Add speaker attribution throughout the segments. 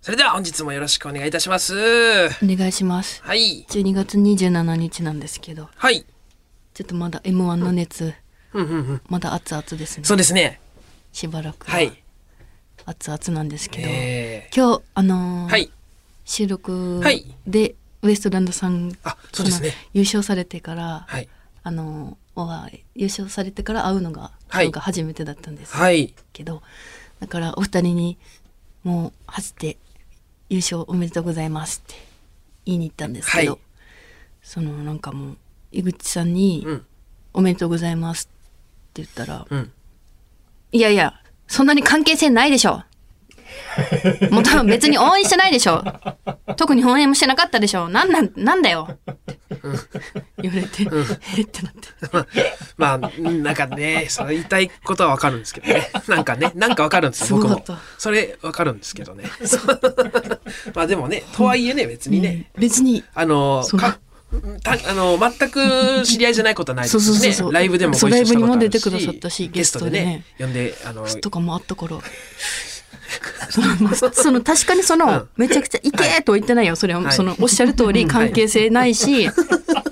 Speaker 1: それでは本日もよろしくお願いいたします。
Speaker 2: お願いします
Speaker 1: はい。
Speaker 2: 12月27日なんですけど
Speaker 1: はい。
Speaker 2: ちょっとまだ m 1の熱
Speaker 1: うんうんうん。
Speaker 2: まだ熱々ですね
Speaker 1: そうですね。
Speaker 2: しばらくは
Speaker 1: はい。
Speaker 2: 熱々なんですけど、
Speaker 1: え
Speaker 2: 今日あの
Speaker 1: ー、
Speaker 2: ー
Speaker 1: はい。
Speaker 2: 収録
Speaker 1: はい
Speaker 2: でウエストランドさん
Speaker 1: あ、そうですね
Speaker 2: その。優勝されてから、
Speaker 1: はい。
Speaker 2: あのーは優勝されてから会うのが
Speaker 1: はい
Speaker 2: 今日が初めてだったんです
Speaker 1: はい。
Speaker 2: けど、だからお二人にもう走って優勝おめでとうございますって言いに行ったんですけど、
Speaker 1: はい
Speaker 2: そのなんかもう井口さんに
Speaker 1: うん。
Speaker 2: 「おめでとうございます」って言ったら
Speaker 1: うん。
Speaker 2: 「いやいやそんなに関係性ないで しょ」もう多分別に応援してないでしょ特に応援もしてなかったでしょなんなんなんだよって言われて、えってなって
Speaker 1: まあ、なんかね、 そう言いたいことはわかるんですけどね。 なんかね、なんかわかるんですよ、
Speaker 2: すご
Speaker 1: 僕
Speaker 2: か
Speaker 1: も
Speaker 2: った。
Speaker 1: それわかるんですけどね。 そうまあでもね、とはいえね、別にね、
Speaker 2: うん別に
Speaker 1: あの、
Speaker 2: そう
Speaker 1: かたあの全く知り合いじゃないことはないです
Speaker 2: そうそうそう
Speaker 1: し
Speaker 2: そ
Speaker 1: ね。
Speaker 2: う
Speaker 1: ライブでもご一緒したことあるし
Speaker 2: そうライブにも出てくださったし
Speaker 1: ゲストでね、呼んで、あの、
Speaker 2: とかもあったから。その その確かにその、
Speaker 1: うん
Speaker 2: めちゃくちゃ「いけ!」とは言ってないよそれは、
Speaker 1: はい
Speaker 2: そのおっしゃる通り関係性ないし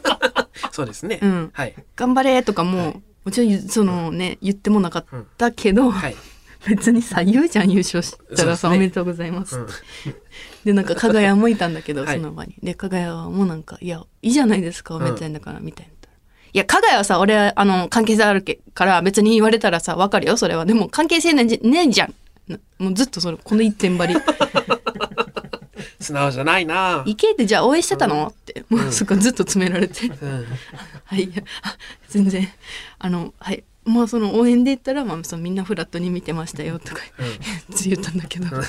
Speaker 2: 「
Speaker 1: そうですね。
Speaker 2: うん
Speaker 1: はい。
Speaker 2: 頑張れ!」とかも、もちろんそのね言ってもなかったけど、
Speaker 1: はい。
Speaker 2: 別にさ言うじゃん優勝したら
Speaker 1: そ
Speaker 2: さ、
Speaker 1: うですね
Speaker 2: おめでとうございます」
Speaker 1: うん
Speaker 2: でなんか加賀谷もいたんだけど、
Speaker 1: はい
Speaker 2: その場にで加賀谷もなんか「いやいいじゃないですかおめでたいんだから」みたいな。いや、加賀谷はさ、俺、あの、関係性あるけから、別に言われたらさ、わかるよ、それは。でも、関係性なんじゃねえじゃん。なもうずっとそれ、この一点張り。
Speaker 1: 素直じゃないな。
Speaker 2: いけってじゃあ応援してたの、ってもうそこずっと詰められ て、
Speaker 1: うん。
Speaker 2: はい いやあ全然あのはいまあその応援で言ったら、まあ、そのみんなフラットに見てましたよとか言ったんだけど、でも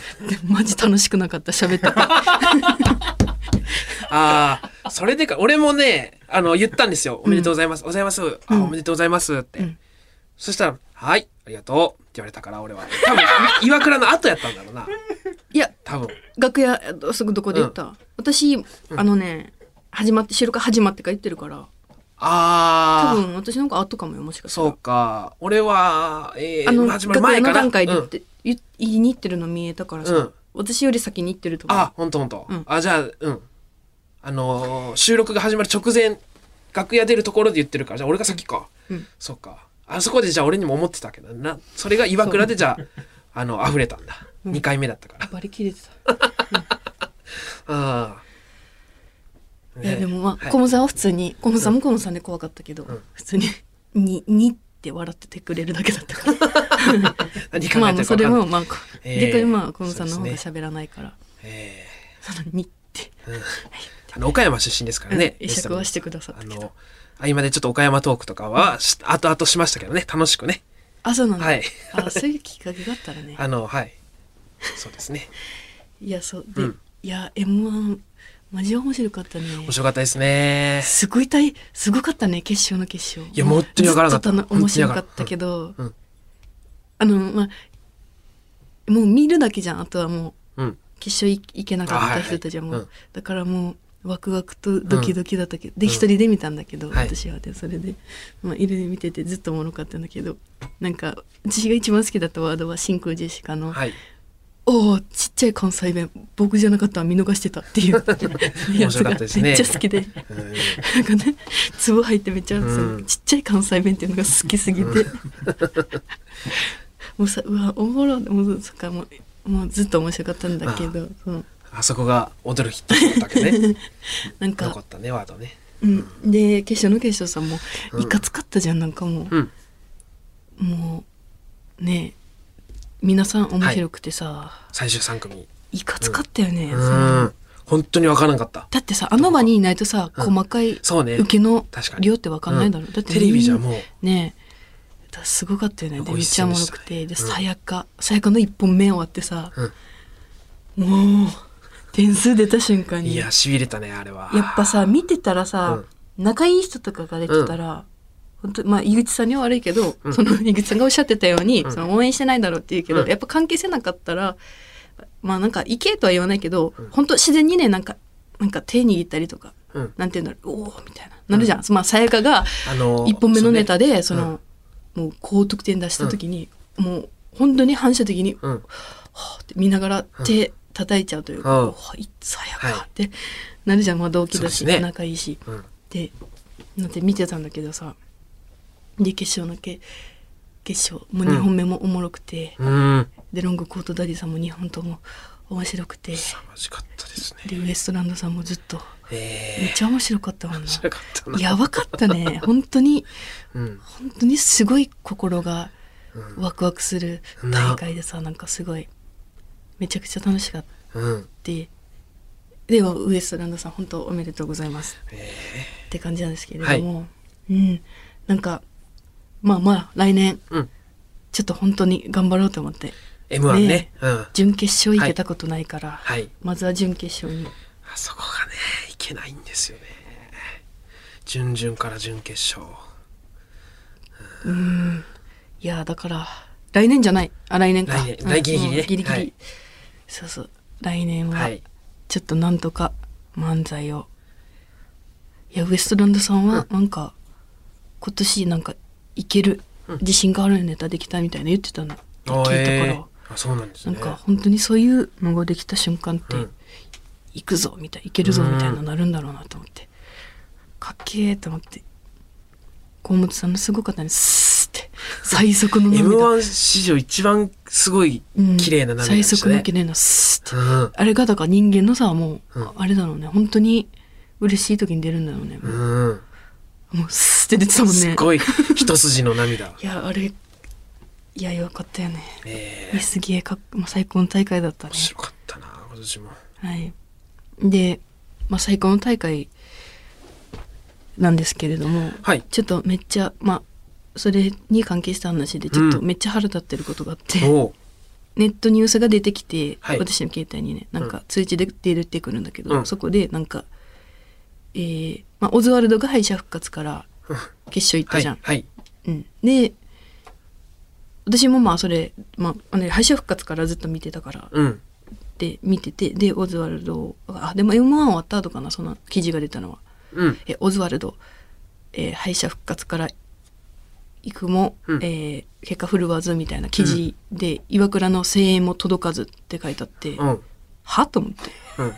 Speaker 2: マジ楽しくなかった喋って た
Speaker 1: ああ、それでか、俺もね、あの、言ったんですよ。おめでとうございます。おはようございます。あ、
Speaker 2: うん
Speaker 1: おめでとうございますって。
Speaker 2: うん
Speaker 1: そしたら、はい、ありがとうって言われたから、俺は。多分、い岩倉の後やったんだろうな。
Speaker 2: いや
Speaker 1: 多分。
Speaker 2: 楽屋えっとすぐどこで言った、私あのね始まって収録始まってから言ってるから多
Speaker 1: ああ、
Speaker 2: 分私の方が後かもよもしかしたら
Speaker 1: そうか。俺は、えー、
Speaker 2: あの
Speaker 1: 始まる
Speaker 2: 楽
Speaker 1: 前
Speaker 2: 屋
Speaker 1: か
Speaker 2: の
Speaker 1: な。
Speaker 2: 段階で
Speaker 1: う
Speaker 2: 言っ
Speaker 1: ん
Speaker 2: て、言い言いに行ってるの見えたからさ、
Speaker 1: うん
Speaker 2: 私より先に行ってると思う
Speaker 1: あ、ほんとほんと
Speaker 2: うん。
Speaker 1: あ、じゃあ、うん。あのー収録が始まる直前、楽屋出るところで言ってるから、じゃあ俺が先か。
Speaker 2: うん
Speaker 1: そうか。あそこでじゃあ俺にも思ってたわけどな。それが岩倉でじゃあ、あの、溢れたんだ。
Speaker 2: うん
Speaker 1: 2回目だったから。
Speaker 2: バリ切れてた
Speaker 1: ああ。
Speaker 2: いや
Speaker 1: ね
Speaker 2: でもまあ、
Speaker 1: はい
Speaker 2: コモさんは普通にコモさんもコモさんで怖かったけど、
Speaker 1: ん
Speaker 2: 普通に「に」にって笑っててくれるだけだったから
Speaker 1: 何考
Speaker 2: まあ
Speaker 1: えて
Speaker 2: まあ
Speaker 1: るか分
Speaker 2: それ
Speaker 1: かんない
Speaker 2: も。まあ、こ
Speaker 1: えー
Speaker 2: 逆にまあコモさんの
Speaker 1: そ
Speaker 2: 方
Speaker 1: う
Speaker 2: が
Speaker 1: です
Speaker 2: 喋らないから
Speaker 1: え
Speaker 2: 「そのに」って
Speaker 1: えあの、岡山出身ですからね。
Speaker 2: 会釈はしてくださった
Speaker 1: あ
Speaker 2: けど
Speaker 1: の、合間でちょっと岡山トークとかはし、後々しましたけどね、楽しくね。
Speaker 2: あそうなんだ、
Speaker 1: はい。
Speaker 2: あそういうきっかけがあったらね
Speaker 1: あの、 はい。そうですね。
Speaker 2: いやそうで、
Speaker 1: うん
Speaker 2: いや m 1マジ面白かったね
Speaker 1: 面白かったですね。
Speaker 2: すごい大すごかったね決勝の決勝
Speaker 1: いやもっとやからなかった
Speaker 2: ずと面白かったけど、
Speaker 1: うんうん
Speaker 2: あのまあもう見るだけじゃんあとはもう
Speaker 1: うん。
Speaker 2: 決勝い行けなか
Speaker 1: あはいは
Speaker 2: った
Speaker 1: い
Speaker 2: 人たちはもう、
Speaker 1: うん
Speaker 2: だからもうワクワクとドキドキだったけど、で一人で見たんだけど、
Speaker 1: はい
Speaker 2: 私はでそれで、まあ、いるで見ててずっとおもろかったんだけどなんか私が一番好きだったワードは真空ジェシカの「
Speaker 1: はい。
Speaker 2: おおちっちゃい関西弁僕じゃなかったら見逃して た」っていうやつ
Speaker 1: 白か
Speaker 2: が
Speaker 1: ったですね
Speaker 2: めっちゃ好きで。
Speaker 1: うん
Speaker 2: なんかね粒入ってめっちゃ、
Speaker 1: うん
Speaker 2: そのちっちゃい関西弁っていうのが好きすぎて、 もうさうわおもろもうそっかもうもうずっと面白かったんだけどその
Speaker 1: あそこが驚きだったわけね。
Speaker 2: なんか
Speaker 1: 残ったね、ワードね。
Speaker 2: うん、で決勝の決勝さんも
Speaker 1: うん
Speaker 2: いかつかったじゃんなんかも
Speaker 1: うん。
Speaker 2: う、もうねえ皆さん面白くてさ、
Speaker 1: 最終3組。
Speaker 2: い、かつかったよね、
Speaker 1: う
Speaker 2: その
Speaker 1: ん。本当にわからなかった。
Speaker 2: だってさあの場にいないとさ、
Speaker 1: うん
Speaker 2: 細かい
Speaker 1: そうね。
Speaker 2: 受けの
Speaker 1: 確かに
Speaker 2: 量って分かんないだろ、うだって
Speaker 1: テレビじゃもう。
Speaker 2: ねえだすごかったよねで
Speaker 1: 美
Speaker 2: め
Speaker 1: 味
Speaker 2: っ
Speaker 1: し
Speaker 2: ち
Speaker 1: そ
Speaker 2: ゃ
Speaker 1: うで
Speaker 2: おもろ
Speaker 1: したね
Speaker 2: くてで
Speaker 1: うん
Speaker 2: さやかさやかの一本目終わってさ、もう点数出た瞬間
Speaker 1: い
Speaker 2: に
Speaker 1: や、
Speaker 2: や
Speaker 1: しびれたね、あれは。
Speaker 2: っぱさ見てたらさ、仲いい人とかが出てたら、本当まあ井口さんには悪いけど、
Speaker 1: うん
Speaker 2: その井口さんがおっしゃってたように、
Speaker 1: うん
Speaker 2: その応援してないだろうって言うけど、
Speaker 1: うん
Speaker 2: やっぱ関係性なかったらまあなんか「いけ」とは言わないけど、本当自然にねなんかなんか手握ったりとか
Speaker 1: うん。うん。
Speaker 2: なんて言うんだろうおおみたいななるじゃん、まあさやかが
Speaker 1: あのー、
Speaker 2: 1本目のネタでそ
Speaker 1: ね
Speaker 2: の、もう高得点出した時に、もう本当に反射的に
Speaker 1: そうね。
Speaker 2: はあって見ながら手、叩いちゃうというか、
Speaker 1: うん
Speaker 2: おはいつはやか、
Speaker 1: はい
Speaker 2: ってなるじゃん、まあ、同期だ
Speaker 1: そ
Speaker 2: し、
Speaker 1: うですね
Speaker 2: 仲いいし。
Speaker 1: うん
Speaker 2: でなんて見てたんだけどさで決勝のけ決勝もう2本目もおもろくて、
Speaker 1: うん
Speaker 2: でロングコートダディさんも2本とも面白くて
Speaker 1: 楽しかったですね
Speaker 2: でウエストランドさんもずっとめ
Speaker 1: え
Speaker 2: っちゃ面白かっ たもんな
Speaker 1: ー、辛かったな
Speaker 2: やばかったね本当に
Speaker 1: うん
Speaker 2: 本当にすごい心が
Speaker 1: うん
Speaker 2: ワクワクする大会でさなんかすごいめちゃくちゃ楽しかった
Speaker 1: うん
Speaker 2: ででもウエストランドさん本当おめでとうございます
Speaker 1: え
Speaker 2: って感じなんですけれども、うんなんかまあまあ来年
Speaker 1: ー、うん
Speaker 2: ちょっと本当に頑張ろうと思って
Speaker 1: M1 ね
Speaker 2: ね
Speaker 1: うん
Speaker 2: 準決勝行けたことないから、
Speaker 1: はい
Speaker 2: まずは準決勝に
Speaker 1: あそこがねいけないんですよね準々から準決勝
Speaker 2: いやーだから来年じゃないあ来年か
Speaker 1: 来年
Speaker 2: うん
Speaker 1: 来ギリギリね
Speaker 2: うんギリギリ、
Speaker 1: はい
Speaker 2: そうそう来年
Speaker 1: は
Speaker 2: はいちょっとなんとか漫才をいやウエストランドさんはなんか、今年なんかいける自信があるネタできたみたいな言ってたの、聞いたから、
Speaker 1: あそうなんです
Speaker 2: なん
Speaker 1: ね
Speaker 2: か本当にそういうのができた瞬間って、
Speaker 1: うん
Speaker 2: 行くぞみたいな行けるぞ
Speaker 1: うん
Speaker 2: みたいななるんだろうなと思って、かっけえと思って河本さんのすごかったねスーって最速の涙
Speaker 1: M1 史上一番すごい
Speaker 2: うん
Speaker 1: 綺麗な涙で
Speaker 2: 最
Speaker 1: した
Speaker 2: 速の
Speaker 1: ね
Speaker 2: 綺麗なスーって
Speaker 1: うん
Speaker 2: あれがだから人間のさもう、
Speaker 1: うん
Speaker 2: あれだろうね本当に嬉しい時に出るんだろうね、
Speaker 1: うん
Speaker 2: もうスーって出てたもんね
Speaker 1: すっごい一筋の 涙
Speaker 2: いやあれいやよかったよね
Speaker 1: え
Speaker 2: いや
Speaker 1: ー、
Speaker 2: すげえかっもう最高の大会だったね
Speaker 1: 面白かったな今年も
Speaker 2: はい、で、まあ、最高の大会なんですけれども、
Speaker 1: はい
Speaker 2: ちょっとめっちゃまあそれに関係した話でちょっと
Speaker 1: うん
Speaker 2: めっちゃ腹立ってることがあって、
Speaker 1: お う
Speaker 2: ネットニュースが出てきて、
Speaker 1: はい
Speaker 2: 私の携帯にねなんか通知で出てくるんだけど、
Speaker 1: うん
Speaker 2: そこでなんか、えーまあ、オズワルドが敗者復活から決勝行っ
Speaker 1: は
Speaker 2: た
Speaker 1: い
Speaker 2: じゃん。
Speaker 1: はい
Speaker 2: うん、で私もまあそれ、まああの、敗者復活からずっと見てたから、
Speaker 1: うん
Speaker 2: って見ててでオズワルドあでも M1 終わった後かなその記事が出たのは
Speaker 1: うん
Speaker 2: えオズワルド、えー敗者復活から行くも、
Speaker 1: うん
Speaker 2: えー結果振るわずみたいな記事で、岩倉の声援も届かずって書いてあって、
Speaker 1: うん
Speaker 2: はと思って
Speaker 1: うん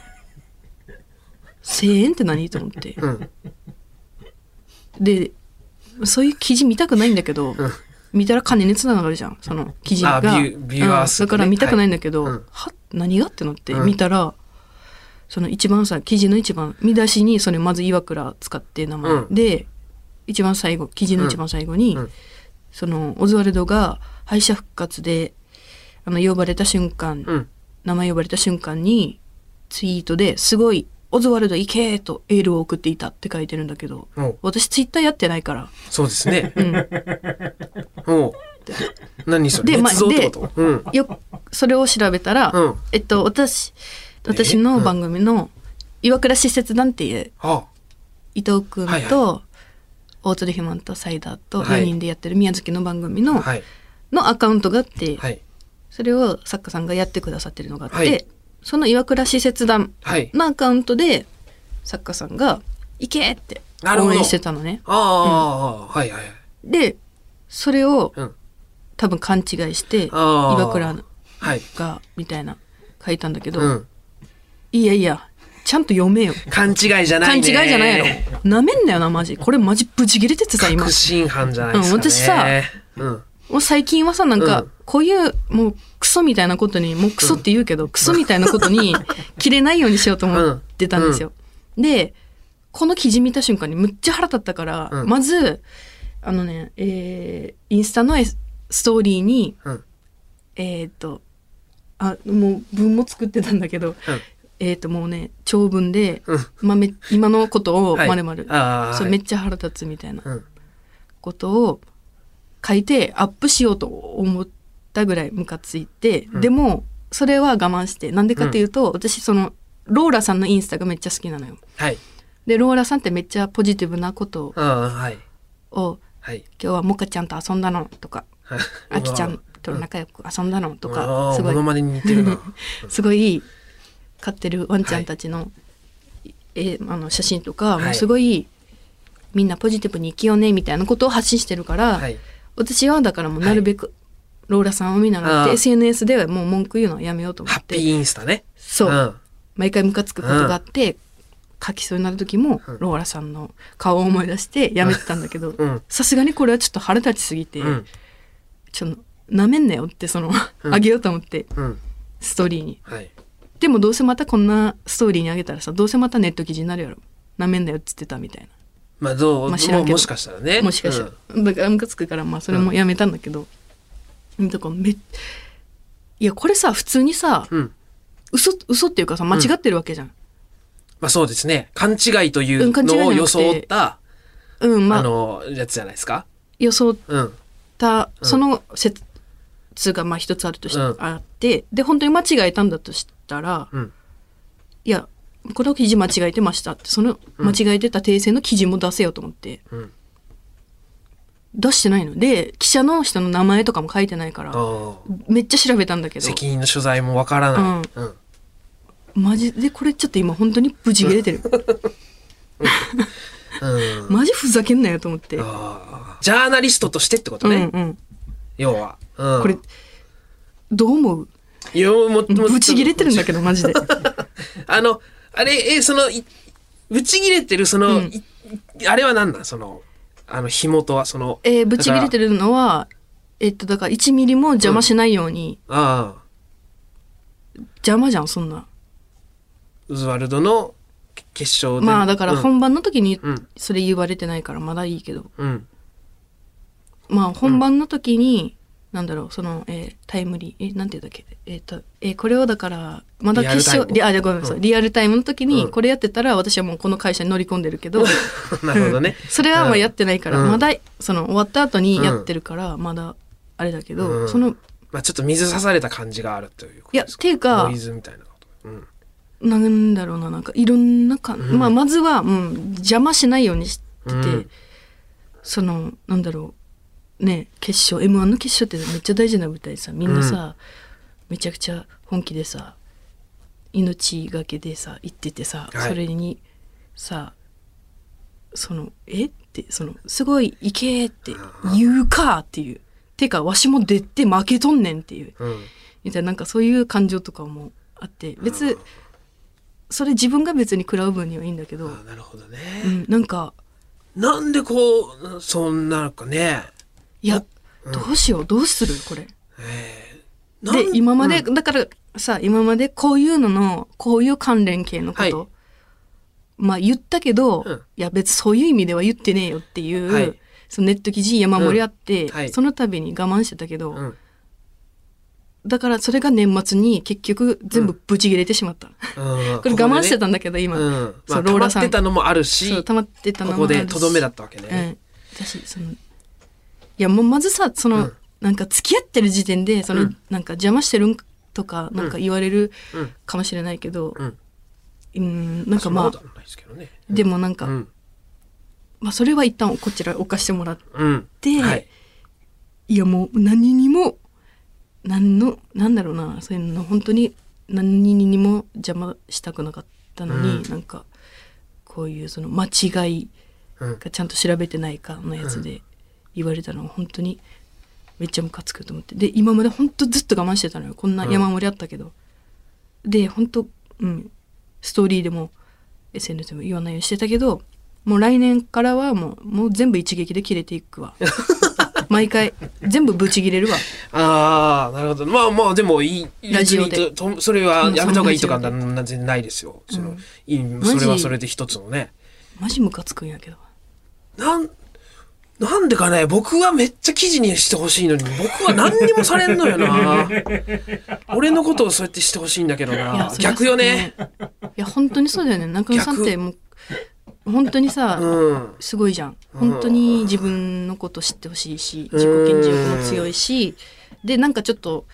Speaker 2: 声援って何と思って
Speaker 1: うん
Speaker 2: でそういう記事見たくないんだけど、
Speaker 1: ん
Speaker 2: 見たら金につながるじゃんその記事が
Speaker 1: あビュービューアー数
Speaker 2: うんだから見たくないんだけど、
Speaker 1: は
Speaker 2: はい
Speaker 1: うん
Speaker 2: 何がってなって
Speaker 1: うん
Speaker 2: 見たら、その一番さ記事の一番見出しにそれまず岩倉使って名前、
Speaker 1: うん
Speaker 2: で一番最後記事の一番最後に、
Speaker 1: うんうん
Speaker 2: そのオズワルドが敗者復活であの呼ばれた瞬間、
Speaker 1: うん
Speaker 2: 名前呼ばれた瞬間にツイートですごい「オズワルド行け!」とエールを送っていたって書いてるんだけど
Speaker 1: おう
Speaker 2: 私ツイッターやってないから、
Speaker 1: そうですね
Speaker 2: うん、
Speaker 1: おう何それ
Speaker 2: でま
Speaker 1: 捏造ってことうん
Speaker 2: よそれを調べたら、
Speaker 1: うん
Speaker 2: えっと私私の番組の岩倉施設団っていう
Speaker 1: あ
Speaker 2: 伊藤君
Speaker 1: はい
Speaker 2: と大鶴ひまんとサイダーと
Speaker 1: はい
Speaker 2: 4人でやってる宮崎の番組の,、
Speaker 1: はい
Speaker 2: のアカウントがあって、
Speaker 1: はい
Speaker 2: それを作家さんがやってくださってるのがあって、
Speaker 1: はい
Speaker 2: その岩倉施設団
Speaker 1: はい
Speaker 2: のアカウントで作家さんが「行け!」って
Speaker 1: なるほ
Speaker 2: 応
Speaker 1: ど
Speaker 2: 援してたのね。
Speaker 1: ああー、はいはい
Speaker 2: でそれを
Speaker 1: うん
Speaker 2: 多分勘違いして
Speaker 1: あー
Speaker 2: 岩倉
Speaker 1: はい
Speaker 2: がみたいな書いたんだけど、
Speaker 1: うん
Speaker 2: いやいや、ちゃんと読めよ。
Speaker 1: 勘違いじゃない
Speaker 2: 勘違い
Speaker 1: ね
Speaker 2: じゃないやろ。なめんなよな、マジ。これマジブチギレててさ、今
Speaker 1: 確。信犯じゃないですかね
Speaker 2: うん私さ
Speaker 1: うん
Speaker 2: もう最近はさ、なんか、
Speaker 1: うん
Speaker 2: こういう、もう、クソみたいなことに、もうクソって言うけど、クソみたいなこ とに、切れないようにしようと思ってたんですよ。で、この記事見た瞬間にむっちゃ腹立ったから、
Speaker 1: うん
Speaker 2: まず、あのね、えー、インスタのえストーリーに、
Speaker 1: うん
Speaker 2: えー、っと、あ、もう文も作ってたんだけど、
Speaker 1: うん
Speaker 2: えー、っと、もうね、長文で、
Speaker 1: うん
Speaker 2: まめ今のことをまるまる、
Speaker 1: ああ
Speaker 2: そうめっちゃ腹立つみたいな
Speaker 1: うん
Speaker 2: ことを書いてアップしようと思ったぐらいムカついて、
Speaker 1: うん
Speaker 2: でもそれは我慢してなんでかっていうと、私そのローラさんのインスタがめっちゃ好きなのよ。
Speaker 1: はい
Speaker 2: でローラさんってめっちゃポジティブなこと
Speaker 1: ああはい
Speaker 2: を
Speaker 1: はい
Speaker 2: 「今日はモカちゃんと遊んだの」とか
Speaker 1: はい
Speaker 2: 「あきちゃんと仲良く遊んだの」と
Speaker 1: あ
Speaker 2: か
Speaker 1: あ
Speaker 2: すご
Speaker 1: モノ
Speaker 2: い
Speaker 1: マネに似てる な
Speaker 2: すごい飼ってるワンちゃんたちの,、えあの写真とか、
Speaker 1: はい
Speaker 2: もうすごいみんなポジティブに生きようねみたいなことを発信してるから、
Speaker 1: はい
Speaker 2: 私はだからもうなるべく、ローラさんを見習っ
Speaker 1: うん
Speaker 2: て SNS ではもう文句言うのはやめようと思
Speaker 1: ハ
Speaker 2: っ
Speaker 1: ッピー
Speaker 2: て
Speaker 1: インスタね。
Speaker 2: そう、
Speaker 1: ん。
Speaker 2: 毎回ムカつくことがあって、書きそうになる時も
Speaker 1: うん
Speaker 2: ローラさんの顔を思い出してやめてたんだけど
Speaker 1: うん。
Speaker 2: さすがにこれはちょっと腹立ちすぎて、
Speaker 1: うん。
Speaker 2: ちょっとなめんなよってその
Speaker 1: うん
Speaker 2: あげようと思って
Speaker 1: うん。
Speaker 2: ストーリーに
Speaker 1: はい。
Speaker 2: でもどうせまたこんなストーリーにあげたらさどうせまたネット記事になるやろなめんなよっつってたみたい
Speaker 1: まあ、どう、
Speaker 2: まあ知らん
Speaker 1: も
Speaker 2: けど
Speaker 1: もしかしたらね。
Speaker 2: なもしかしたら、だからムカつくからまあそれもやめたんだけど、うん、とかめっいやこれさ普通にさ
Speaker 1: うん。うん。
Speaker 2: 嘘嘘っていうかさ間違ってるわけじゃん、
Speaker 1: まあそうですね。勘違いという
Speaker 2: うん勘違いじゃな
Speaker 1: のを
Speaker 2: くて
Speaker 1: 装った、
Speaker 2: うん、ま
Speaker 1: あ
Speaker 2: あ
Speaker 1: の、やつじゃないですか。
Speaker 2: 予想
Speaker 1: うん。
Speaker 2: った
Speaker 1: うん
Speaker 2: その説がまあ一つあるとして、
Speaker 1: うん
Speaker 2: あってで本当に間違えたんだとしたら、
Speaker 1: うん
Speaker 2: いやこの記事間違えてましたってその間違えてた訂正の記事も出せよと思って、
Speaker 1: うん
Speaker 2: 出してないので記者の人の名前とかも書いてないか
Speaker 1: あ
Speaker 2: ら
Speaker 1: ー
Speaker 2: めっちゃ調べたんだけど
Speaker 1: 責任の所在もわからない。うん。
Speaker 2: マジでこれちょっと今本当にブチ切れ てる
Speaker 1: うん。
Speaker 2: マジふざけんなよと思って、うん
Speaker 1: あージャーナリストとしてってこと
Speaker 2: う
Speaker 1: ね。
Speaker 2: ん、
Speaker 1: 要は。うん。
Speaker 2: これどう思う
Speaker 1: いや、もう、もう
Speaker 2: ブチ切れてるんだけど マジで
Speaker 1: あの、あれ、え、その、いぶち切れてる、その、
Speaker 2: うん
Speaker 1: いあれは何なんその、あの、紐とは、その、
Speaker 2: えー、ブチ切れてるのはえっとだから1ミリも邪魔しないように、
Speaker 1: ああ、
Speaker 2: 邪魔じゃんそんな
Speaker 1: ウズワルドのけ決勝で。
Speaker 2: まあだから
Speaker 1: うん、
Speaker 2: 本番の時に
Speaker 1: うん、
Speaker 2: それ言われてないからまだいいけど
Speaker 1: うん、
Speaker 2: まあ本番の時に、なんだろうその、えータイムリーえなんて言うんだっけえっ、と、えーこれをだからまだ
Speaker 1: リアル
Speaker 2: 決勝
Speaker 1: タイム
Speaker 2: リあじゃあごめんなさい、
Speaker 1: うん
Speaker 2: リアルタイムの時
Speaker 1: う
Speaker 2: に
Speaker 1: ん
Speaker 2: これやってたら私はもうこの会社に乗り込んでるけど
Speaker 1: なるほどね。
Speaker 2: それはもうやってないから、
Speaker 1: うん
Speaker 2: まだその終わった後にやってるから、まだあれだけど、
Speaker 1: うん
Speaker 2: その
Speaker 1: まあちょっと水刺された感じがあるということ
Speaker 2: いや
Speaker 1: で
Speaker 2: っ
Speaker 1: す
Speaker 2: ていう
Speaker 1: か。
Speaker 2: か
Speaker 1: ノイズみたいなこと。うん、
Speaker 2: なんだろうななんかいろんなか、
Speaker 1: うん
Speaker 2: まあ、まずは、うん、邪魔しないようにしてて、
Speaker 1: うん
Speaker 2: そのなんだろうね決勝 m 1の決勝ってめっちゃ大事な舞台でさみんなさ、めちゃくちゃ本気でさ命がけでさ行っててさ、
Speaker 1: はい
Speaker 2: それにさその「えっ?」てその「すごい行け!」って言うかっていう。てかわしも出て負けとんねんっていう
Speaker 1: うん、
Speaker 2: みたいななんかそういう感情とかもあって別それ自分が別に食らう分にはいいんだけど、
Speaker 1: ああ、なるほどね。
Speaker 2: うん、なんか
Speaker 1: なんでこう、そんなかね。
Speaker 2: いや、どうしようどうするこれ。
Speaker 1: ええ
Speaker 2: で今まで、
Speaker 1: うん
Speaker 2: だからさ今までこういうののこういう関連系のこと、
Speaker 1: はい
Speaker 2: まあ言ったけど、
Speaker 1: うん
Speaker 2: いや別にそういう意味では言ってねえよっていう、
Speaker 1: はい
Speaker 2: そのネット記事山盛りあって、
Speaker 1: うんはい
Speaker 2: その度に我慢してたけど、
Speaker 1: うん、
Speaker 2: だからそれが年末に結局全
Speaker 1: う
Speaker 2: 部ブチ切れてしまった、
Speaker 1: こ
Speaker 2: これ我慢して
Speaker 1: た
Speaker 2: たんだけど今、
Speaker 1: うん。ま
Speaker 2: そ
Speaker 1: あ、
Speaker 2: うロー
Speaker 1: 溜ま
Speaker 2: ラ
Speaker 1: っ
Speaker 2: さん
Speaker 1: てたのもあるし、
Speaker 2: そう溜まってた
Speaker 1: こ
Speaker 2: の
Speaker 1: こ
Speaker 2: もあるし
Speaker 1: でとどめだったわけ
Speaker 2: う
Speaker 1: ね。
Speaker 2: ん、私そのいやもうまずさその、
Speaker 1: うん
Speaker 2: なんか付き合ってる時点でそ
Speaker 1: う
Speaker 2: の、
Speaker 1: ん
Speaker 2: なんか邪魔してるんとかなんか言われる
Speaker 1: うん
Speaker 2: かもしれないけど
Speaker 1: うん。
Speaker 2: うんなんか
Speaker 1: そ
Speaker 2: ま
Speaker 1: んなこと
Speaker 2: あ
Speaker 1: はないですけどね。
Speaker 2: でもなん
Speaker 1: う
Speaker 2: か、
Speaker 1: ん。
Speaker 2: まあ、それは一旦こちら犯してもらって
Speaker 1: うん。
Speaker 2: で
Speaker 1: はい。
Speaker 2: いやもう何にも何のなんだろうなそういうの本当に何にも邪魔したくなかったのに、
Speaker 1: うん
Speaker 2: なんかこういうその間違い
Speaker 1: うん。
Speaker 2: がちゃんと調べてないかのやつで言われたのは本当にめっちゃムカつくと思ってで今まで本当ずっと我慢してたのよこんな山盛りあったけど、で本当うんストーリーでも SNS でも言わないようにしてたけどもう来年からはもうもう全部一撃で切れて いくわ毎回全部ブチ切れるわ
Speaker 1: ああ、なるほど。まあまあ、でもいい。
Speaker 2: ラジオで
Speaker 1: 別にととそれはやめた方がいいとか
Speaker 2: うんそ
Speaker 1: ななんてないですよ。その、
Speaker 2: うん
Speaker 1: いいそれはそれで一つのね。
Speaker 2: マジムカつくんやけど
Speaker 1: なん、なんでかね、僕はめっちゃ記事にしてほしいのに、僕は何にもされんのよ な。俺のことをそうやってしてほしいんだけど
Speaker 2: いや
Speaker 1: な。
Speaker 2: それは
Speaker 1: 逆よね。
Speaker 2: いや本当にそうだよね中野さんってもう本当にさ、
Speaker 1: うん。
Speaker 2: すごいじゃん本当に自分のこと知ってほしいし自己顕示欲も強いしでなんかちょっと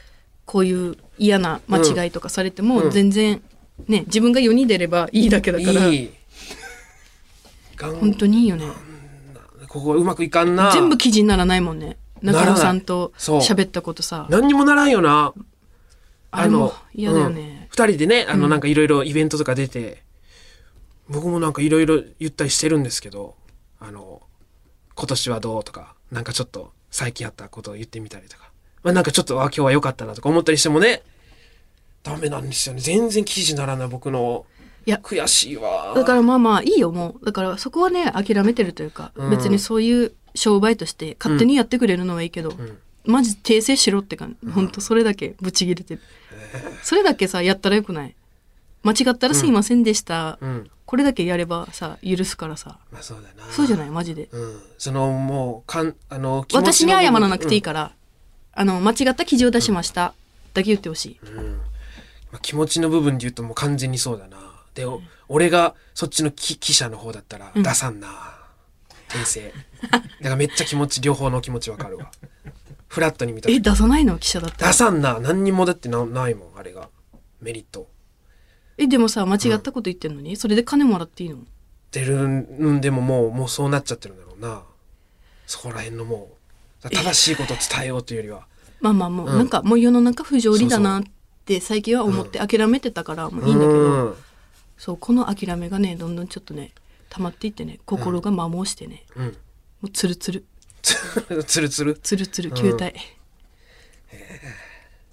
Speaker 2: こういう嫌な間違いとかされて
Speaker 1: う
Speaker 2: も
Speaker 1: ん
Speaker 2: 全然ね自分が世に出ればいいだけだから
Speaker 1: いい。がん
Speaker 2: 本当にいいよね
Speaker 1: ここうまくいかんな。
Speaker 2: 全部記事にならないもんね
Speaker 1: ならない
Speaker 2: 中野さんと
Speaker 1: そう
Speaker 2: 喋ったことさ
Speaker 1: 何にもならんよな。
Speaker 2: あれも嫌だよね
Speaker 1: 二、人でね、あ
Speaker 2: う
Speaker 1: の、
Speaker 2: ん
Speaker 1: なんかいろいろイベントとか出て、僕もなんかいろいろ言ったりしてるんですけど、あの、今年はどうとか、なんかちょっと最近あったことを言ってみたりとか。まあなんかちょっと、あ、今日は良かったなとか思ったりしてもね、ダメなんですよね。全然記事にならない僕の。
Speaker 2: いや
Speaker 1: 悔しいわ。
Speaker 2: だからまあまあいいよもうだからそこはね諦めてるというか、
Speaker 1: うん
Speaker 2: 別にそういう商売として勝手にやってくれるのはいいけど、
Speaker 1: ん
Speaker 2: マジ訂正しろって感じ、ほんとそれだけブチギレてる、それだけさやったらよくない間違ったらすいませんでした、
Speaker 1: うん。
Speaker 2: これだけやればさ許すからさ
Speaker 1: まあそうだな。
Speaker 2: そうじゃないマジで
Speaker 1: うん。その、もう、かん、あの、気持ち
Speaker 2: 私に
Speaker 1: の
Speaker 2: 謝
Speaker 1: 部分
Speaker 2: らなくてい
Speaker 1: う
Speaker 2: い
Speaker 1: ん
Speaker 2: から、あの間違った記事を出しました、だけ言ってほしい、
Speaker 1: まあ気持ちの部分で言うともう完全にそうだな。で、お俺がそっちの記記者の方だったら、出さんな。訂正。だからめっちゃ気持ち、両方の気持ちわか るわ。フラットに見た
Speaker 2: え
Speaker 1: 時
Speaker 2: 出さないの記者だったら
Speaker 1: 出さんな。何にもだってなないもん、あれが。メリット。
Speaker 2: えでもさ間違ったこと言ってんのに、それで金もらっていいの
Speaker 1: 出るんでももう、もうそうなっちゃってるんだろうな。そこら辺のもう、だから正しいことを伝えようというよりは。
Speaker 2: まあまあもう、
Speaker 1: うん
Speaker 2: なんかもう世の中不条理だなって最近は思って諦めてたからもういいんだけど、
Speaker 1: うん
Speaker 2: そうこの諦めがねどんどんちょっとね溜まっていってね心が摩耗してね、
Speaker 1: うん。
Speaker 2: もうツルツル
Speaker 1: つるつる。
Speaker 2: ツルツル球体、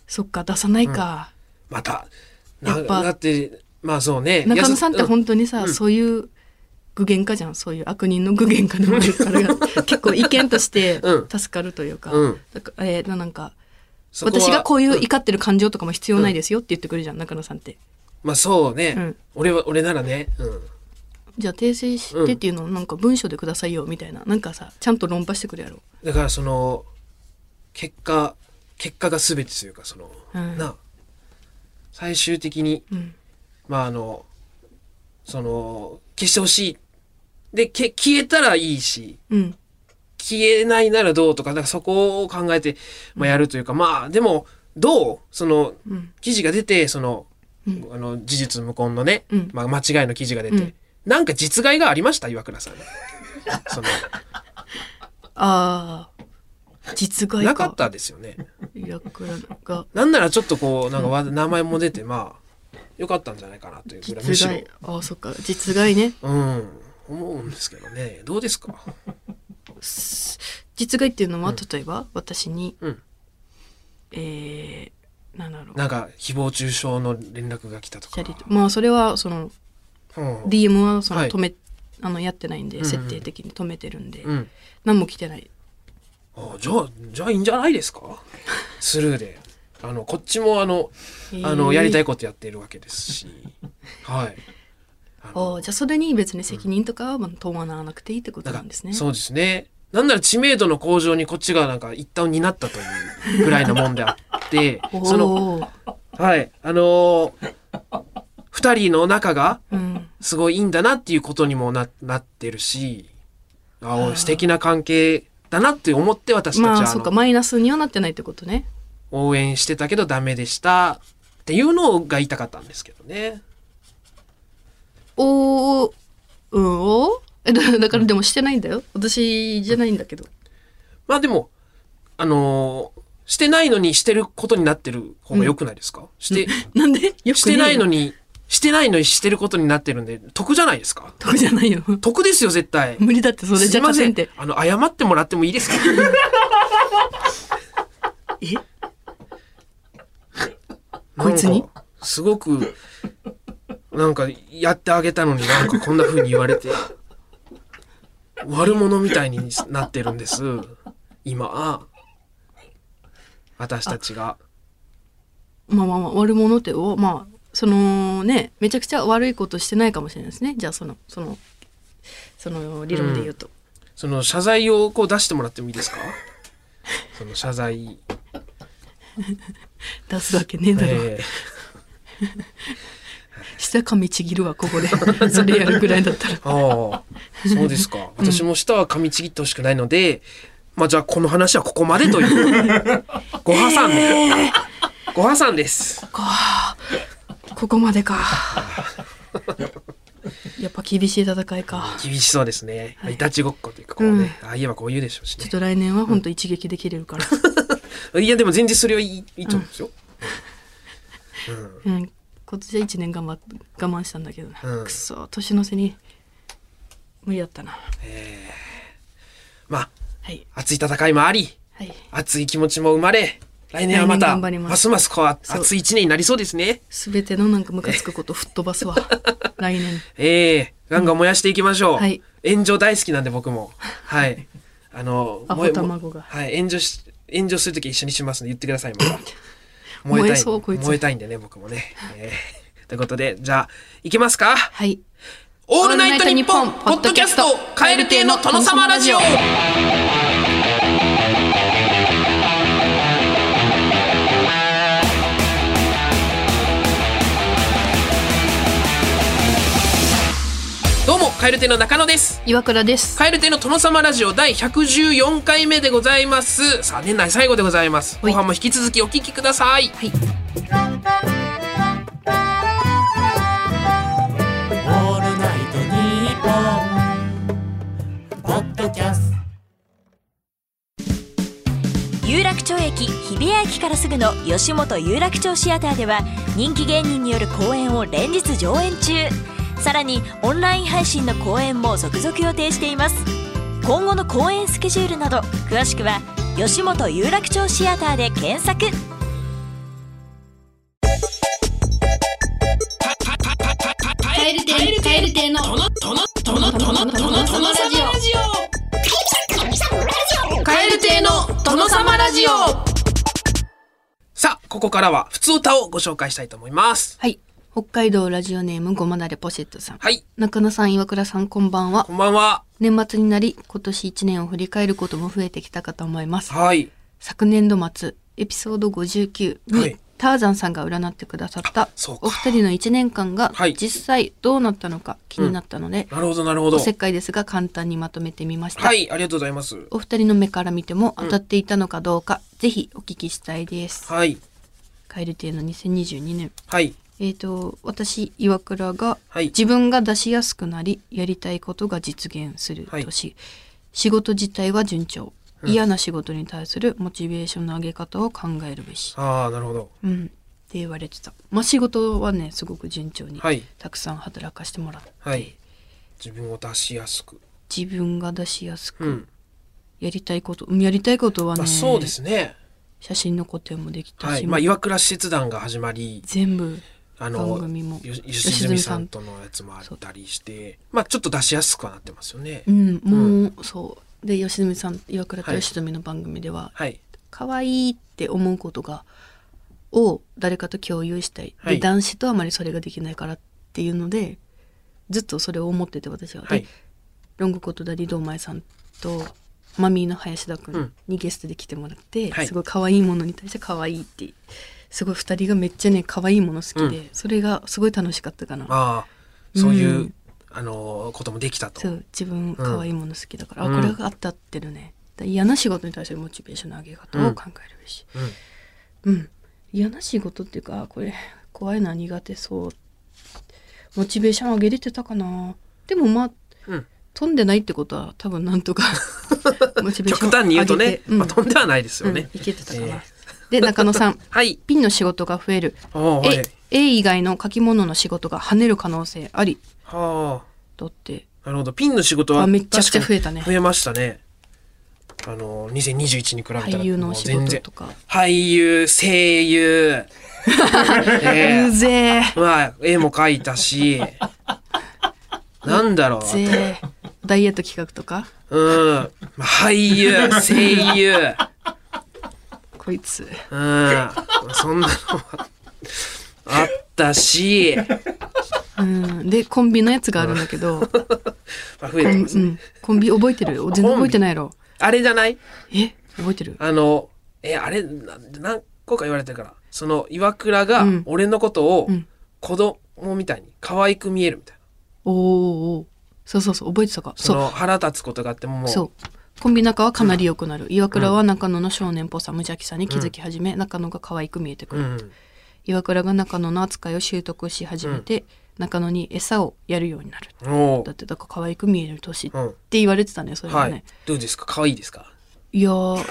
Speaker 2: そっか出さないか、
Speaker 1: また。な
Speaker 2: やっぱ
Speaker 1: だって、まあそうね。
Speaker 2: 中野さんって
Speaker 1: やす
Speaker 2: 本当にさ、そういう具現化じゃんそういう悪人の具現化でもあるから結構意見として
Speaker 1: うん
Speaker 2: 助かるというか,、
Speaker 1: うん
Speaker 2: だからえーなんか
Speaker 1: そこは
Speaker 2: 私がこういう怒ってる感情とかも必要ないですよって言ってくるじゃん中野さんって。
Speaker 1: まあそうね、
Speaker 2: うん
Speaker 1: 俺は俺ならね、うん、
Speaker 2: じゃあ訂正してっていうのをなんか文章でくださいよみたいな、なんかさちゃんと論破してくるやろ
Speaker 1: だからその結果結果が全てというかその、
Speaker 2: うん
Speaker 1: な最終的に
Speaker 2: うん
Speaker 1: まああのその消してほしいでけ消えたらいいし
Speaker 2: うん
Speaker 1: 消えないならどうとかなんかそこを考えて、まあ、やるというか、まあでもどうその
Speaker 2: うん
Speaker 1: 記事が出てその,、
Speaker 2: うん
Speaker 1: あの事実無根のね、
Speaker 2: うん
Speaker 1: まあ、間違いの記事が出て、
Speaker 2: うん
Speaker 1: なんか実害がありました岩倉さんにその
Speaker 2: あー実害か
Speaker 1: なかったですよね。
Speaker 2: 岩倉が
Speaker 1: なんならちょっとこう、なんかわ名前も出て、まあ、よかったんじゃないかなというぐらい、むし
Speaker 2: 実
Speaker 1: ろ。
Speaker 2: 害ああそっか実害ね
Speaker 1: うん、思うんですけどね。どうですか
Speaker 2: 実害っていうのは、例えば私に、
Speaker 1: うん
Speaker 2: えー、なんだろう
Speaker 1: なんか、誹謗中傷の連絡が来たと
Speaker 2: シ
Speaker 1: か
Speaker 2: ャ。リとまあそれはその
Speaker 1: うん。
Speaker 2: DM はその
Speaker 1: はい
Speaker 2: 止め、あのやってないんで、
Speaker 1: うんうん
Speaker 2: 設定的に止めてるんで、
Speaker 1: うん。
Speaker 2: 何も来てない
Speaker 1: あじゃあ、じゃあいいんじゃないですかスルーで。あの、こっちもあの、あの、やりた
Speaker 2: い
Speaker 1: いことやってるわけですし。はい。あの
Speaker 2: ああじゃあそれに別に責任とかはまあ問わなくていいってこと
Speaker 1: な
Speaker 2: なん
Speaker 1: ん
Speaker 2: で
Speaker 1: か
Speaker 2: すね
Speaker 1: そうですね。なんなら知名度の向上にこっちがなんか一旦担ったというぐらいのもんであって、その、
Speaker 2: おー
Speaker 1: はい。あのー二人の仲が
Speaker 2: うん、
Speaker 1: すごいいいんだなっていうことにもななってるし、あ
Speaker 2: あー
Speaker 1: お素敵な関係だなって思って私たちは、
Speaker 2: まあ
Speaker 1: あ
Speaker 2: そ
Speaker 1: の
Speaker 2: うかマイナスにはなってないってことね
Speaker 1: 応援してたけどダメでしたっていうのが言いたかったんですけどね。
Speaker 2: おーうんおーえだだからでもしてないんだよ私じゃないんだけど
Speaker 1: まあでも、あのーしてないのにしてることになってる方が良くないですか、して、
Speaker 2: なん でよくねえよ
Speaker 1: してないのに、してないのにしてることになってるんで、得じゃないですか
Speaker 2: 得じゃないよ
Speaker 1: 得ですよ、絶対。
Speaker 2: 無理だってそれじゃ勝てんって
Speaker 1: すいませんあの謝ってもらってもいいですか
Speaker 2: えこいつに
Speaker 1: なんかすごくなんかやってあげたのになんかこんな風に言われて 悪者みたいになってるんです今私たちが
Speaker 2: まあまあまあ悪者ってをまあそのねめちゃくちゃ悪いことしてないかもしれないですねじゃあそのそのその理論で言うと、
Speaker 1: その謝罪をこう出してもらってもいいですかその謝罪、
Speaker 2: 出すわけねえだろ、
Speaker 1: えー
Speaker 2: 下髪ちぎるわここで それやるぐらいだっ たら
Speaker 1: ああ、そうですか。私も舌は噛みちぎってほしくないので、まあじゃあこの話はここまでという。 ご破産で、ご破産です。
Speaker 2: ここまでかやっぱ厳しい戦いか
Speaker 1: 厳しそうですね。いたちごっこというか、こ
Speaker 2: う
Speaker 1: うんね、ああ言えばこう言うでしょうし
Speaker 2: ちょっと来年は本当一撃で切れ るから、
Speaker 1: ね。いやでも全然それはいいいいと思うんですよ。
Speaker 2: うん、今年は1年頑張っ我慢したんだけどな、
Speaker 1: うん
Speaker 2: くそ年の瀬に無理だったな
Speaker 1: まあ、
Speaker 2: はい
Speaker 1: 熱い戦いもあり、
Speaker 2: はい
Speaker 1: 熱い気持ちも生まれ、来年はまた
Speaker 2: 来年頑張ります
Speaker 1: ますますこう
Speaker 2: そう
Speaker 1: 熱い一年になりそうですね
Speaker 2: すべてのなんかムカつくこと吹っ飛ばす わ。来年。
Speaker 1: ええガンガン燃やしていきましょう、
Speaker 2: はい
Speaker 1: 炎上大好きなんで僕も はいあの
Speaker 2: アホ
Speaker 1: 燃え
Speaker 2: 卵が
Speaker 1: はい炎上し炎上するとき一緒にしますので言ってくださいまた
Speaker 2: 燃え
Speaker 1: 燃えたい
Speaker 2: そうこいつ
Speaker 1: 燃えたいんでね僕もね、ええということでじゃあいきますか
Speaker 2: はい。
Speaker 1: オールナイトニッポンポッドキャスト蛙亭の殿様ラジオどうも蛙亭の中野です
Speaker 2: 岩倉です。
Speaker 1: 蛙亭の殿様ラジオ第114回目でございますさあ年内最後でございます
Speaker 2: はい
Speaker 1: 後半も引き続きお聞きください
Speaker 2: はい。
Speaker 3: オールナイトニッポン」ポッドキャスト
Speaker 4: 有楽町駅日比谷駅からすぐの吉本有楽町シアターでは人気芸人による公演を連日上演中さらにオンライン配信の公演も続々予定しています今後の公演スケジュールなど詳しくは吉本有楽町シアターで検索
Speaker 2: カエル亭、カエル亭の殿、殿、殿、殿、殿、殿様ラジオ。カエル亭の殿様ラジオ。は
Speaker 1: さあここからは普通歌をご紹介したいと思います
Speaker 2: い。北海道ラジオネームごまだれポシェットさん。
Speaker 1: はい
Speaker 2: 中野さん、岩倉さん、こんばんは
Speaker 1: こ。んばんは
Speaker 2: 年末になり、今年一年を振り返ることも増えてきたかと思います。
Speaker 1: はい
Speaker 2: 昨年度末エピソード59に、
Speaker 1: はい
Speaker 2: ターザンさんが占ってくださった
Speaker 1: そうか
Speaker 2: お二人の1年間が
Speaker 1: はい
Speaker 2: 実際どうなったのか気になったので、
Speaker 1: なるほどなるほど
Speaker 2: おせっかいですが簡単にまとめてみました、
Speaker 1: はいありがとうございます
Speaker 2: お二人の目から見ても当たっていたのかどうか、ぜひお聞きしたいです
Speaker 1: はい
Speaker 2: カエル亭の2022年
Speaker 1: はい
Speaker 2: えー、と私岩倉が、
Speaker 1: はい
Speaker 2: 自分が出しやすくなりやりたいことが実現する
Speaker 1: はい
Speaker 2: 年、仕事自体は順調嫌な仕事に対するモチベーションの上げ方を考えるべし、
Speaker 1: ああなるほど
Speaker 2: うん、って言われてた、まあ、仕事はねすごく順調に、
Speaker 1: はい
Speaker 2: たくさん働かしてもらって、
Speaker 1: はい自分を出しやすく
Speaker 2: 自分が出しやすく、
Speaker 1: うん
Speaker 2: やりたいことうんやりたいことは
Speaker 1: ま
Speaker 2: ね
Speaker 1: あそうですね
Speaker 2: 写真の個展もできたし、
Speaker 1: はい
Speaker 2: もう
Speaker 1: まあ岩倉使節団が始まり
Speaker 2: 全部
Speaker 1: あの
Speaker 2: 番組も
Speaker 1: よ
Speaker 2: 良
Speaker 1: 良純さんとのやつもあったりしてまあちょっと出しやすくはなってますよね
Speaker 2: うん、もう、そうで吉住さん岩倉と
Speaker 1: はい
Speaker 2: 吉住の番組では
Speaker 1: はい
Speaker 2: 可愛いって思うことがを誰かと共有したい、
Speaker 1: はい
Speaker 2: で男子とあまりそれができないからっていうのでずっとそれを思ってて私は、で
Speaker 1: はい
Speaker 2: ロングコートダディ堂前さんとマミーの林田
Speaker 1: う
Speaker 2: 君
Speaker 1: ん
Speaker 2: にゲストで来てもらって、
Speaker 1: はい
Speaker 2: すごい可愛いものに対して可愛いってすごい2人がめっちゃね可愛いもの好きで、それがすごい楽しかったかな。
Speaker 1: ああそういう、
Speaker 2: うん
Speaker 1: あのこともできたと
Speaker 2: そう自分可愛いもの好きだから、
Speaker 1: うん
Speaker 2: あこれが当たってるねだ嫌な仕事に対するモチベーションの上げ方を考えるべしうん、嫌な仕事っていうかあこれ怖いな苦手そうモチベーション上げれてたかなでもまあ
Speaker 1: うん
Speaker 2: 飛んでないってことは多分なんとか モチベーショ
Speaker 1: 極
Speaker 2: ン
Speaker 1: 端に言うとね、
Speaker 2: うん
Speaker 1: まあ、飛んではないですよ
Speaker 2: うん
Speaker 1: ね、
Speaker 2: いけてたかな、
Speaker 1: えー
Speaker 2: で中野さん
Speaker 1: はい
Speaker 2: ピンの仕事が増える
Speaker 1: おーはい
Speaker 2: 絵絵以外の書き物の仕事が跳ねる可能性あり
Speaker 1: はあ
Speaker 2: とって
Speaker 1: なるほど。ピンの仕事は
Speaker 2: あめちゃくちゃ増えたね
Speaker 1: 確かに増えましたね。あの2021に比べたら
Speaker 2: 俳優のお仕
Speaker 1: もう全
Speaker 2: 事
Speaker 1: 然
Speaker 2: とか
Speaker 1: 俳優声 優、え
Speaker 2: うぜえ
Speaker 1: ーまあ絵も描いたしなんだろう
Speaker 2: ぜえダイエット企画とか
Speaker 1: うん、まあ俳優声優うん
Speaker 2: こいつ
Speaker 1: そんなのは あったし、
Speaker 2: うんでコンビのやつがあるんだけど、
Speaker 1: まあ、増えてます、
Speaker 2: う
Speaker 1: ね
Speaker 2: ん、コンビ覚えてる全然覚えてないやろ
Speaker 1: あれじゃない
Speaker 2: え覚えてる
Speaker 1: あの、え、あれ、な何個か言われてるから、その、岩倉が
Speaker 2: うん、
Speaker 1: 俺のことを
Speaker 2: うん、
Speaker 1: 子供みたいに、可愛く見えるみたいな。
Speaker 2: おーおーそうそうそう覚えてたか
Speaker 1: そ
Speaker 2: そう
Speaker 1: の、腹立つことがあっても、もう、
Speaker 2: そうコンビ仲はかなり良くなる岩倉は中野の少年っぽさ無邪気さに気づき始め、中野が可愛く見えてく
Speaker 1: う
Speaker 2: る、
Speaker 1: ん。
Speaker 2: 岩倉が中野の扱いを習得し始めて、中野に餌をやるようになる
Speaker 1: おー
Speaker 2: だってだから可愛く見える年っ
Speaker 1: うん
Speaker 2: て言われてたねそれは
Speaker 1: は
Speaker 2: ね、
Speaker 1: い。どうですか可愛いですか
Speaker 2: いやー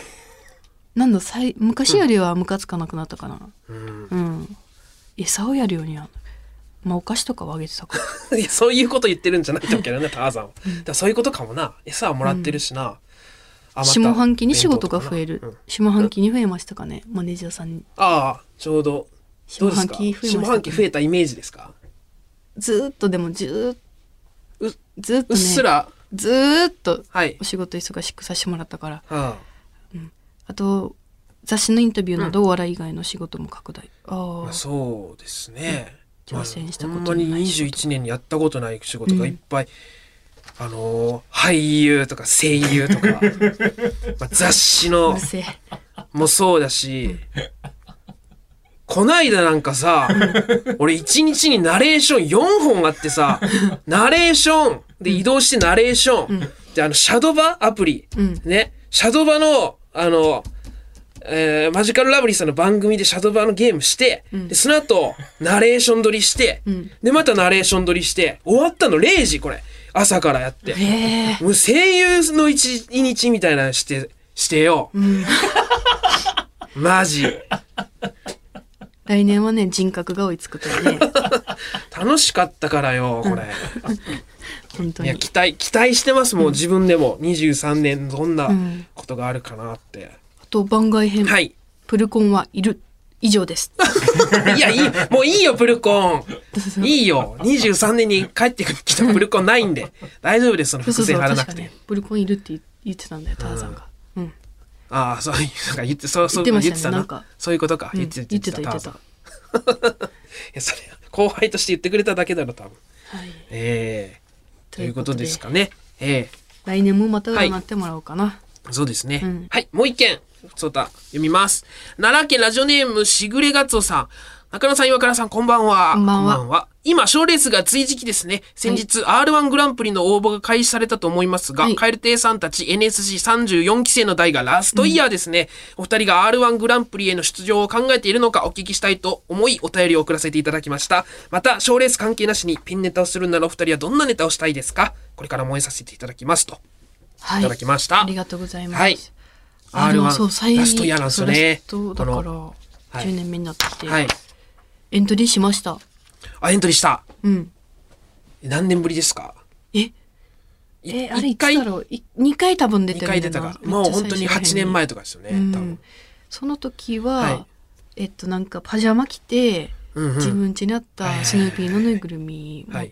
Speaker 2: なんださい昔よりはムカつかなくなったかな
Speaker 1: うん。
Speaker 2: うん、餌をやるようにはまあお菓子とかはあげてたから
Speaker 1: いや、そういうこと言ってるんじゃないと思うけどね、ターザンは。だからそういうことかもな。餌はもらってるしな。余った
Speaker 2: 下半期に仕事が増え
Speaker 1: 弁当と
Speaker 2: る
Speaker 1: か。
Speaker 2: 下半期に増えましたかね、マネージャーさんに。
Speaker 1: なうんああちょうどど
Speaker 2: 下
Speaker 1: うです
Speaker 2: 半
Speaker 1: か
Speaker 2: 期増えました
Speaker 1: 下
Speaker 2: ね
Speaker 1: 半期増えたイメージですか
Speaker 2: ずーっとでもずー
Speaker 1: う
Speaker 2: っずーっ
Speaker 1: う
Speaker 2: と
Speaker 1: っ
Speaker 2: ね、
Speaker 1: すら、
Speaker 2: ずーっと
Speaker 1: はい
Speaker 2: お仕事忙しくさせてもらったから。
Speaker 1: あ
Speaker 2: あと、雑誌のインタビューなどお笑い以外の仕事も拡大。
Speaker 1: あ
Speaker 2: あ
Speaker 1: まあ、
Speaker 2: あ、
Speaker 1: そうですね、
Speaker 2: うん挑戦したこと
Speaker 1: ま
Speaker 2: の
Speaker 1: あ
Speaker 2: ない
Speaker 1: ほんまに
Speaker 2: 仕
Speaker 1: 21年にやったことない仕事がいっぱい、あのー俳優とか声優 とかまあ雑誌
Speaker 2: う
Speaker 1: の
Speaker 2: るせえ。
Speaker 1: もそうだし、こないだなんかさ、俺一日にナレーション4本あってさ、ナレーションで移動してナレーション、であのシャドバアプリ、
Speaker 2: うん
Speaker 1: ね、シャドバの、あの、えーマジカルラブリーさんの番組でシャドバのゲームして、でその後、ナレーション撮りして、
Speaker 2: ん
Speaker 1: で、またナレーション撮りして、終わったの0時、これ。朝からやって。
Speaker 2: ええ
Speaker 1: もう声優の一日みたいなのして、してよ。マジ。
Speaker 2: 来年はね、人格が追いつくからね。
Speaker 1: 楽しかったからよ、これ。
Speaker 2: 本当
Speaker 1: いや、
Speaker 2: に。
Speaker 1: 期待、期待してます、もう自分でも。23年、どんな
Speaker 2: うん
Speaker 1: ことがあるかなって。
Speaker 2: あと、番外編。
Speaker 1: はい。
Speaker 2: プルコンはいる。以上 です。
Speaker 1: い や、いい、もういいよ、プルコン。いいよ。23年に帰ってきたプルコンないんで。大丈夫です、その
Speaker 2: そう
Speaker 1: 伏
Speaker 2: そうそ
Speaker 1: 線
Speaker 2: う、
Speaker 1: 張らなく
Speaker 2: 確か
Speaker 1: て
Speaker 2: ね。。プルコンいるって言ってたんだよ、ターザンが。うん。
Speaker 1: ああ、そう、なんか言って、そう、そう、
Speaker 2: 言
Speaker 1: 言
Speaker 2: っ
Speaker 1: って
Speaker 2: ま
Speaker 1: て
Speaker 2: し
Speaker 1: た
Speaker 2: たねなん
Speaker 1: な
Speaker 2: か。
Speaker 1: そういうことか。
Speaker 2: うん
Speaker 1: 言ってた、言ってた。
Speaker 2: 言ってた言ってた
Speaker 1: ターザン いや、それ、後輩として言ってくれただけだろ、多分。
Speaker 2: はい。
Speaker 1: ええと
Speaker 2: と
Speaker 1: い
Speaker 2: いうう
Speaker 1: こ
Speaker 2: ことと
Speaker 1: で
Speaker 2: です
Speaker 1: かね。え
Speaker 2: 来年もまた占ってもらおうかな。
Speaker 1: えそうですね。
Speaker 2: うん
Speaker 1: はい、もう一件、そうた、読みます。奈良県ラジオネーム、しぐれがつおさん。中野さん、岩倉さん、こんばんは。
Speaker 2: こんばんは
Speaker 1: 今、賞レースが追時期ですね。先日、R1 グランプリの応募が開始されたと思いますが、
Speaker 2: はい
Speaker 1: カエル亭さんたち NSC34 期生の代がラストイヤーですね。お二人が R1 グランプリへの出場を考えているのかお聞きしたいと思い、お便りを送らせていただきました。また、賞レース関係なしにピンネタをするならお二人はどんなネタをしたいですかこれから燃えさせていただきますと。
Speaker 2: はい。
Speaker 1: いただきました
Speaker 2: ありがとうございます。
Speaker 1: はい
Speaker 2: あでもそう
Speaker 1: R1
Speaker 2: 最
Speaker 1: ラストイヤーなんですよね
Speaker 2: そうラストだ
Speaker 1: こ
Speaker 2: か
Speaker 1: の
Speaker 2: ら
Speaker 1: はい
Speaker 2: 10年目になってきて、
Speaker 1: はい。
Speaker 2: エントリーしました。
Speaker 1: あ、エントリーした。
Speaker 2: うん。
Speaker 1: 何年ぶりですか
Speaker 2: え、
Speaker 1: い
Speaker 2: え、あれ
Speaker 1: 一
Speaker 2: いつ
Speaker 1: 回
Speaker 2: だろうい二回多分出
Speaker 1: 二
Speaker 2: てるんだな
Speaker 1: 回出たか。もう本当に8年。前とかですよね。
Speaker 2: めっちゃ最初ら
Speaker 1: 多
Speaker 2: へんにうん
Speaker 1: 分。
Speaker 2: その時は、
Speaker 1: はい
Speaker 2: えっとなんかパジャマ着て、
Speaker 1: うんうん
Speaker 2: 自分家にあったスヌーピーのぬいぐるみを
Speaker 1: はい。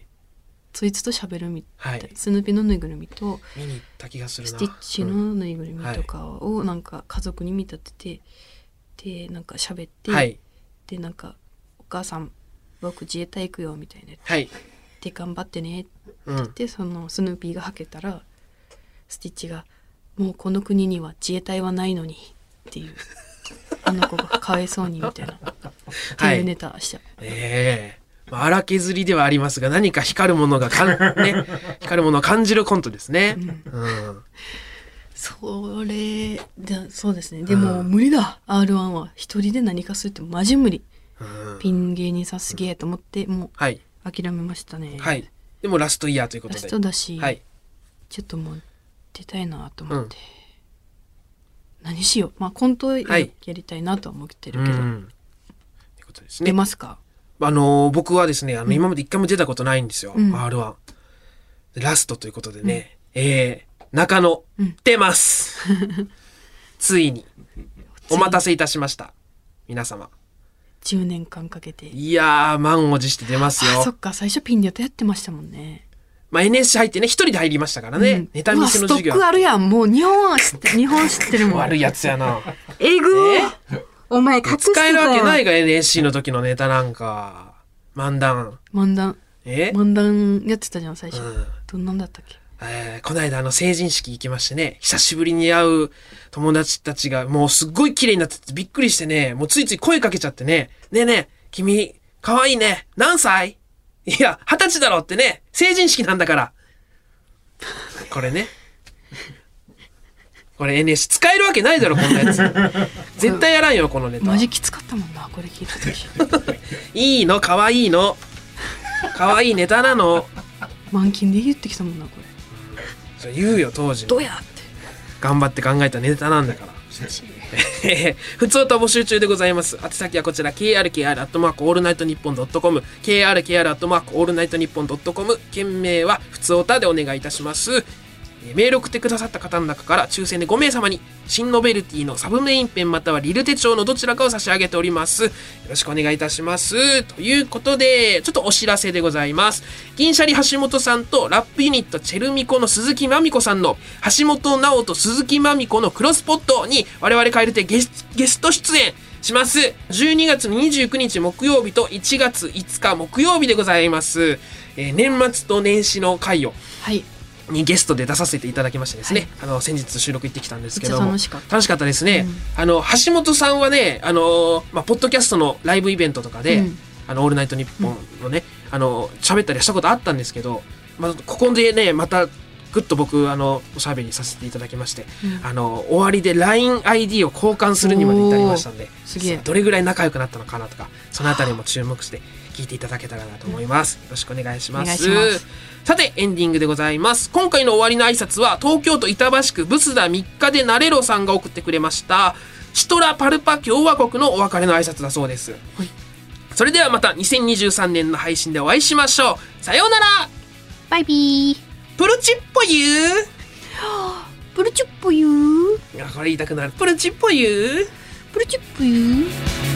Speaker 2: そいつと喋るみたい、
Speaker 1: はい
Speaker 2: スヌーピーのぬいぐるみと
Speaker 1: 見に行った気がする
Speaker 2: ス
Speaker 1: な。
Speaker 2: ティッチ
Speaker 1: うん
Speaker 2: のぬいぐるみとかをなんか家族に見立ててでなんか喋って、
Speaker 1: はい。
Speaker 2: でなんか「お母さん僕自衛隊行くよ」みたいな
Speaker 1: はい。
Speaker 2: 「で頑張ってね」って
Speaker 1: う
Speaker 2: 言っ
Speaker 1: ん。
Speaker 2: てそのスヌーピーがはけたらスティッチが「もうこの国には自衛隊はないのに」っていうあの子がかわいそうにみたいなって
Speaker 1: は
Speaker 2: いう
Speaker 1: い。
Speaker 2: ネタした、
Speaker 1: ええ。まあ荒削りではありますが、何か光るものが かん、ね、光るものを感じるコントですね。うん。
Speaker 2: それでそうですねでも無理だ r 1は一人で何かするってマジ無理
Speaker 1: うん
Speaker 2: ピン芸人さんすげえと思っても
Speaker 1: はい。
Speaker 2: う諦めましたね
Speaker 1: はい。でもラストイヤーというこ
Speaker 2: ラ
Speaker 1: と
Speaker 2: ス
Speaker 1: で。
Speaker 2: トだし、
Speaker 1: はい。
Speaker 2: ちょっともう出たいなと思って、何しようまあコントや
Speaker 1: は
Speaker 2: や
Speaker 1: い
Speaker 2: りたいなとは思って
Speaker 1: う
Speaker 2: るけど、
Speaker 1: ん。ということです
Speaker 2: 出
Speaker 1: ね。
Speaker 2: ますか
Speaker 1: あのー僕はですね、あの、今まで一回も出たことないんですよ。
Speaker 2: うん
Speaker 1: R1。でラストということでね、えー、中野、
Speaker 2: うん
Speaker 1: 出ます ついに、お待たせいたしました。皆様。
Speaker 2: 10年間かけて
Speaker 1: いやー、満を持して出ます
Speaker 2: あそ
Speaker 1: よ
Speaker 2: っ。か最初ピンでやってましたもんね
Speaker 1: まあ、NSC 入ってね、一人で入りましたからね。
Speaker 2: うん
Speaker 1: ネタ見せの授業
Speaker 2: うわストックあるやんもう日本は知って日本知ってるもん
Speaker 1: 悪いやつやな。
Speaker 2: えぐーお前隠して
Speaker 1: 使
Speaker 2: た
Speaker 1: えるわけないいが、NSC の時のネタなんか。漫談。
Speaker 2: 漫談
Speaker 1: え、
Speaker 2: 漫談やってたじゃん最初、
Speaker 1: うん
Speaker 2: どんなんだったっけ
Speaker 1: えーこの間あの成人式行きましてね、久しぶりに会う友達たちがもうすっごい綺麗になっててびっくりしてね、もうついつい声かけちゃってね、ねえねえ、君、可愛いね、何歳いや、二十歳だろってね、成人式なんだから。これね。これ NS 使えるわけないだろ、こんなやつ。絶対やらんよ、このネタ
Speaker 2: マ。ジきつかったもんなこれ聞いた 時
Speaker 1: いいの、可愛いの。可愛いネタなの。
Speaker 2: 満金で言ってきたもんなこれ
Speaker 1: それ言うよ、当時の。
Speaker 2: どうやって
Speaker 1: 頑張って考えたネタなんだから。 普通と募集中でございます。宛先はこちら、krkr アットマークオールナイトニッポンドットコム、krkr アットマークオールナイトニッポンドットコム、件名は普通おたでお願いいたします。えーメールを送ってくださった方の中から抽選で5名様に新ノベルティのサブメインペンまたはリル手帳のどちらかを差し上げておりますよろしくお願いいたしますということでちょっとお知らせでございます銀シャリ橋本さんとラップユニットチェルミコの鈴木まみこさんの橋本直と鈴木まみこのクロスポットに我々蛙亭ゲスゲスト出演します12月29日木曜日と1月5日木曜日でございます、えー年末と年始の回を
Speaker 2: はい
Speaker 1: にゲストで出させていただきましてですね、あの先日収録行ってきたんですけども
Speaker 2: めっちゃ楽しかった
Speaker 1: ですね、あの橋本さんはねあのー、まあ、ポッドキャストのライブイベントとかで「
Speaker 2: うん
Speaker 1: あのオールナイトニッポン」のね、あの喋ったりしたことあったんですけど、まあ、ここでねまたぐっと僕あのおしゃべりさせていただきまして、あの終わりで LINEID を交換するにまで至りましたんで
Speaker 2: ーすげえ
Speaker 1: どれぐらい仲良くなったのかなとかそのあたりも注目して聞いていただけたらなと思います、よろしくお願いしま
Speaker 2: お願い
Speaker 1: す
Speaker 2: します
Speaker 1: さてエンディングでございます今回の終わりの挨拶は東京都板橋区ブスダ3日でなれろさんが送ってくれましたシトラパルパ共和国のお別れの挨拶だそうです、それではまた2023年の配信でお会いしましょうさようなら
Speaker 2: バイビー
Speaker 1: プルチッポユー
Speaker 2: プルチュップユー
Speaker 1: いやこれ言いたくなるプルチッポユー
Speaker 2: プルチュップユー